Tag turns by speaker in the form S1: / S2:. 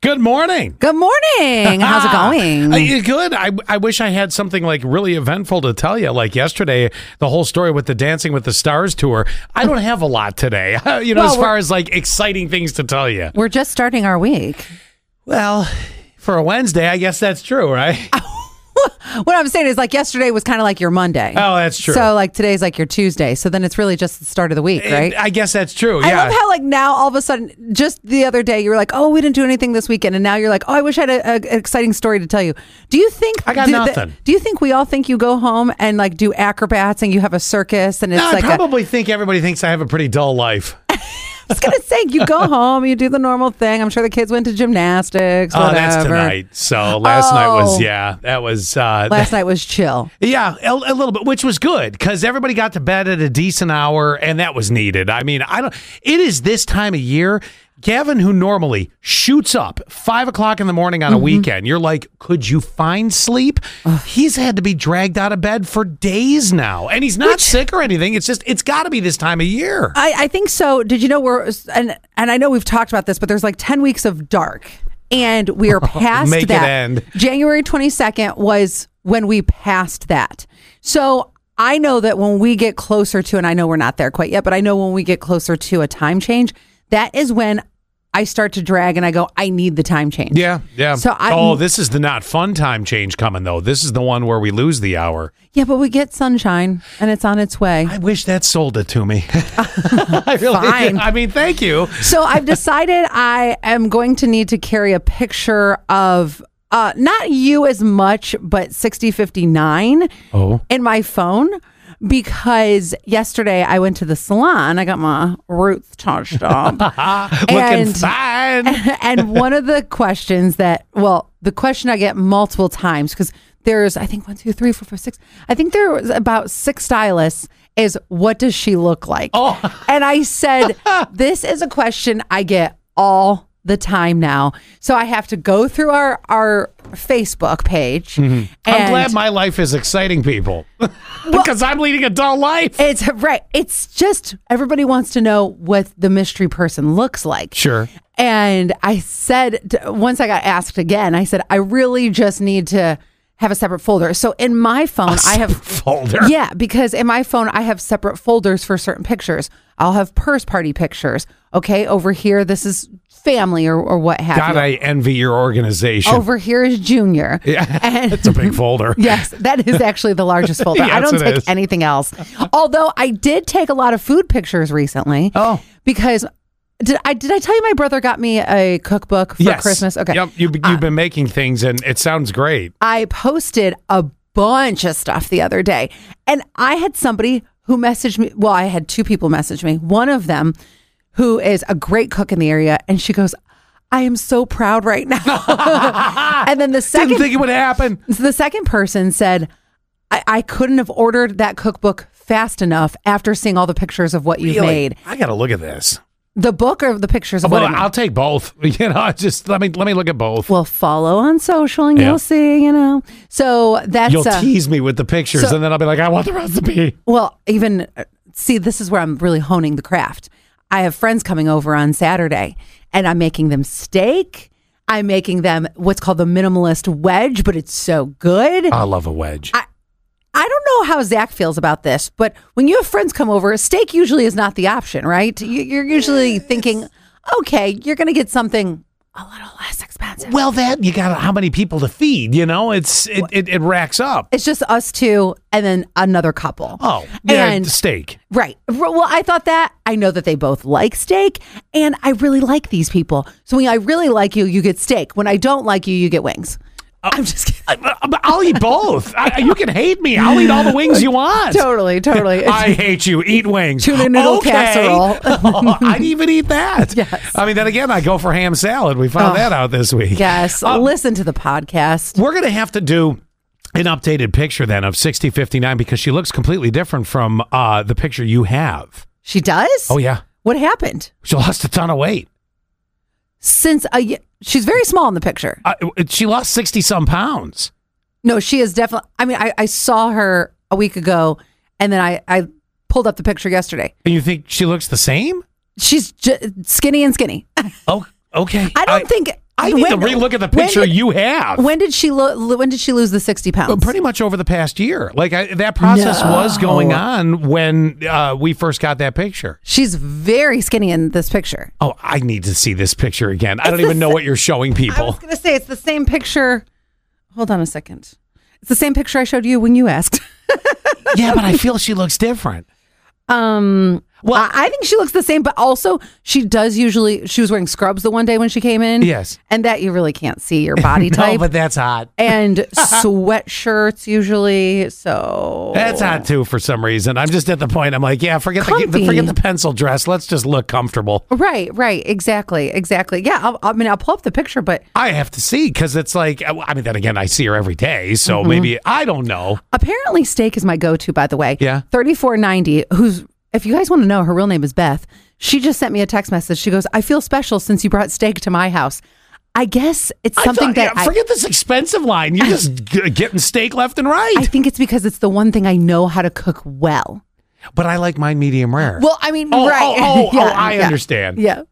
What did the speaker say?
S1: Good morning. Ah,
S2: Good morning. How's it going?
S1: I- good. I, I wish I had something like really eventful to tell you. Like yesterday, the whole story with the Dancing with the Stars tour. I don't have a lot today. you know,
S2: Well,
S1: as far as like exciting things to tell you.
S2: We're just starting our week.
S1: Well, for a Wednesday, I guess that's true, right?
S2: What I'm saying is, like, yesterday was kind of like your Monday.
S1: Oh, that's true.
S2: So, like, today's like your Tuesday. So then it's really just the start of the week, right?
S1: I guess that's true.
S2: I
S1: yeah.
S2: love how, like, now all of a sudden, just the other day, you were like, oh, we didn't do anything this weekend. And now you're like, oh, I wish I had a, a, an exciting story to tell you. Do you think
S1: I got
S2: do the-
S1: nothing.
S2: do you think we all think you go home and, like, do acrobats and you have a circus and it's
S1: No, I
S2: like a,
S1: probably think everybody thinks I have a pretty dull life.
S2: I was gonna say you go home, you do the normal thing. I'm sure the kids went to gymnastics.
S1: Oh,
S2: whatever.
S1: that's tonight. So last night was
S2: Oh.
S1: yeah, that was uh,
S2: Last night was chill.
S1: Yeah, a, a little bit, which was good because everybody got to bed at a decent hour, and that was needed. I mean, I don't. It is this time of year. Gavin, who normally shoots up five o'clock in the morning
S2: Mm-hmm.
S1: on a weekend, you're like, could you find sleep? He's had to be dragged out of bed for days now, and he's not sick or anything. It's just, it's got to be this time of year.
S2: I, I think so. Did you know we're and and I know we've talked about this, but there's like ten weeks of dark, and we are past
S1: Make it
S2: that.
S1: end.
S2: January 22nd was when we passed that. So I know that when we get closer to, and I know we're not there quite yet, but I know when we get closer to a time change, that is when I start to drag and I go, I need the time change.
S1: yeah, yeah.
S2: So I-
S1: oh, this is the not fun time change coming though. This is the one where we lose the hour.
S2: Yeah, but we get sunshine and it's on its way.
S1: I wish that sold it to me. I really.
S2: Fine.
S1: I mean, thank you.
S2: So I've decided I am going to need to carry a picture of uh, not you as much, but 6059
S1: Oh.
S2: in my phone because yesterday I went to the salon. I got my roots touched up.
S1: Looking
S2: And-
S1: fine.
S2: and one of the questions that, well, the question I get multiple times because there's, I think, one, two, three, four, five, six. I think there was about six stylists. Is what does she look like? Oh. And I said, this is a question I get all the time now. So I have to go through our our Facebook page.
S1: Mm-hmm. I'm
S2: and-
S1: glad my life is exciting people because I'm leading a dull life.
S2: It's right. It's just everybody wants to know what the mystery person looks like.
S1: Sure.
S2: And I said once I got asked again, I said I really just need to have a separate folder. So in my phone, I have
S1: folder.
S2: yeah, because in my phone, I have separate folders for certain pictures. I'll have purse party pictures. Okay, over here, this is family or, or what have
S1: God,
S2: you.
S1: I envy your organization.
S2: Over here is junior. Yeah,
S1: It's a big folder.
S2: Yes, that is actually the largest folder. I
S1: Yes,
S2: don't
S1: it
S2: take
S1: is.
S2: anything else. Although I did take a lot of food pictures recently.
S1: Oh.
S2: because did I did I tell you my brother got me a cookbook for
S1: Yes.
S2: Christmas? Okay, Uh,
S1: Yep. You, you've been making things, and it sounds great.
S2: I posted a bunch of stuff the other day, and I had somebody who messaged me. Well, I had two people message me. One of them, who is a great cook in the area, and she goes. I am so proud right now. and then the second
S1: Didn't think it would happen.
S2: so the second person said, I, I couldn't have ordered that cookbook fast enough after seeing all the pictures of what you've
S1: Really?
S2: made.
S1: I got to look at this.
S2: The book or the pictures of
S1: Well,
S2: what I made?
S1: I'll take both. You know, I just let me let me look at both.
S2: Well, follow on social and
S1: Yeah.
S2: you'll see, you know. So that's,
S1: You'll
S2: uh,
S1: tease me with the pictures,
S2: so-
S1: and then I'll be like, I want the recipe.
S2: well, even uh, see, this is where I'm really honing the craft. I have friends coming over on Saturday and I'm making them steak. I'm making them what's called the minimalist wedge, but it's so good.
S1: I love a wedge.
S2: I don't know how Zach feels about this, but when you have friends come over, steak usually is not the option, right? You- You're usually thinking, okay, you're going to get something a little less expensive.
S1: well, that you got how many people to feed? You know, it's it, it, it racks up.
S2: It's just us two and then another couple.
S1: Oh, yeah,
S2: And-
S1: steak.
S2: Right. R- Well, I thought that. I know that they both like steak, and I really like these people. So when I really like you, you get steak. When I don't like you, you get wings.
S1: Oh.
S2: I'm just kidding.
S1: I- I- I'll eat both. I, you can hate me. I'll eat all the wings you want.
S2: Totally, totally.
S1: I hate you. Eat wings.
S2: Tuna noodle casserole.
S1: Oh, I'd even eat that. I mean, then again, I go for ham salad. We found that out this week.
S2: Oh. yes.
S1: um,
S2: Listen to the podcast.
S1: We're going to have to do an updated picture then of 6059 because she looks completely different from uh, the picture you have.
S2: She does?
S1: Oh, yeah.
S2: What happened?
S1: She lost a ton of weight.
S2: since a y- she's very small in the picture.
S1: Uh, it- she lost 60 some pounds.
S2: No, she is definitely. I mean, I, I saw her a week ago, and then I I pulled up the picture yesterday.
S1: And you think she looks the same?
S2: She's j- skinny and skinny.
S1: Oh, okay.
S2: I don't think
S1: I need to
S2: When-
S1: relook at the
S2: when
S1: picture
S2: did-
S1: you have.
S2: When did she lo- when did she lose the sixty pounds?
S1: But Uh, Oh, pretty much over the past year, like I, that process was going
S2: No.
S1: on when uh, we first got that picture.
S2: She's very skinny in this picture.
S1: Oh, I need to see this picture again. I don't
S2: It's
S1: even know
S2: the-
S1: what you're showing
S2: I was
S1: people.
S2: gonna say it's the same picture. Hold on a second. It's the same picture I showed you when you asked.
S1: yeah, but I feel she looks different.
S2: Um,
S1: Well-
S2: well, I, I think she looks the same, but also she does usually. She was wearing scrubs the one day when she came in.
S1: Yes.
S2: and that you really can't see your body
S1: No,
S2: type.
S1: Oh, but that's hot.
S2: and sweatshirts usually. So
S1: That's hot too for some reason. I'm just at the point. I'm like, yeah, forget the
S2: Comfy.
S1: forget the pencil dress. Let's just look comfortable.
S2: right, right, exactly, exactly. Yeah, I'll, I mean, I'll pull up the picture, but
S1: I have to see because it's like, uh, I mean, then again, I see her every day, so maybe I don't know.
S2: Apparently, steak is my go-to. By the way,
S1: Yeah.
S2: thirty four ninety. Who's if you guys want to know, her real name is Beth. She just sent me a text message. She goes, "I feel special since you brought steak to my house." I guess it's
S1: I
S2: something
S1: thought-
S2: that
S1: yeah,
S2: I,
S1: forget this expensive line. You're just g- getting steak left and right.
S2: I think it's because it's the one thing I know how to cook well.
S1: but I like mine medium rare.
S2: Well, I mean,
S1: Oh,
S2: right?
S1: oh, oh, oh, I understand.
S2: Yeah.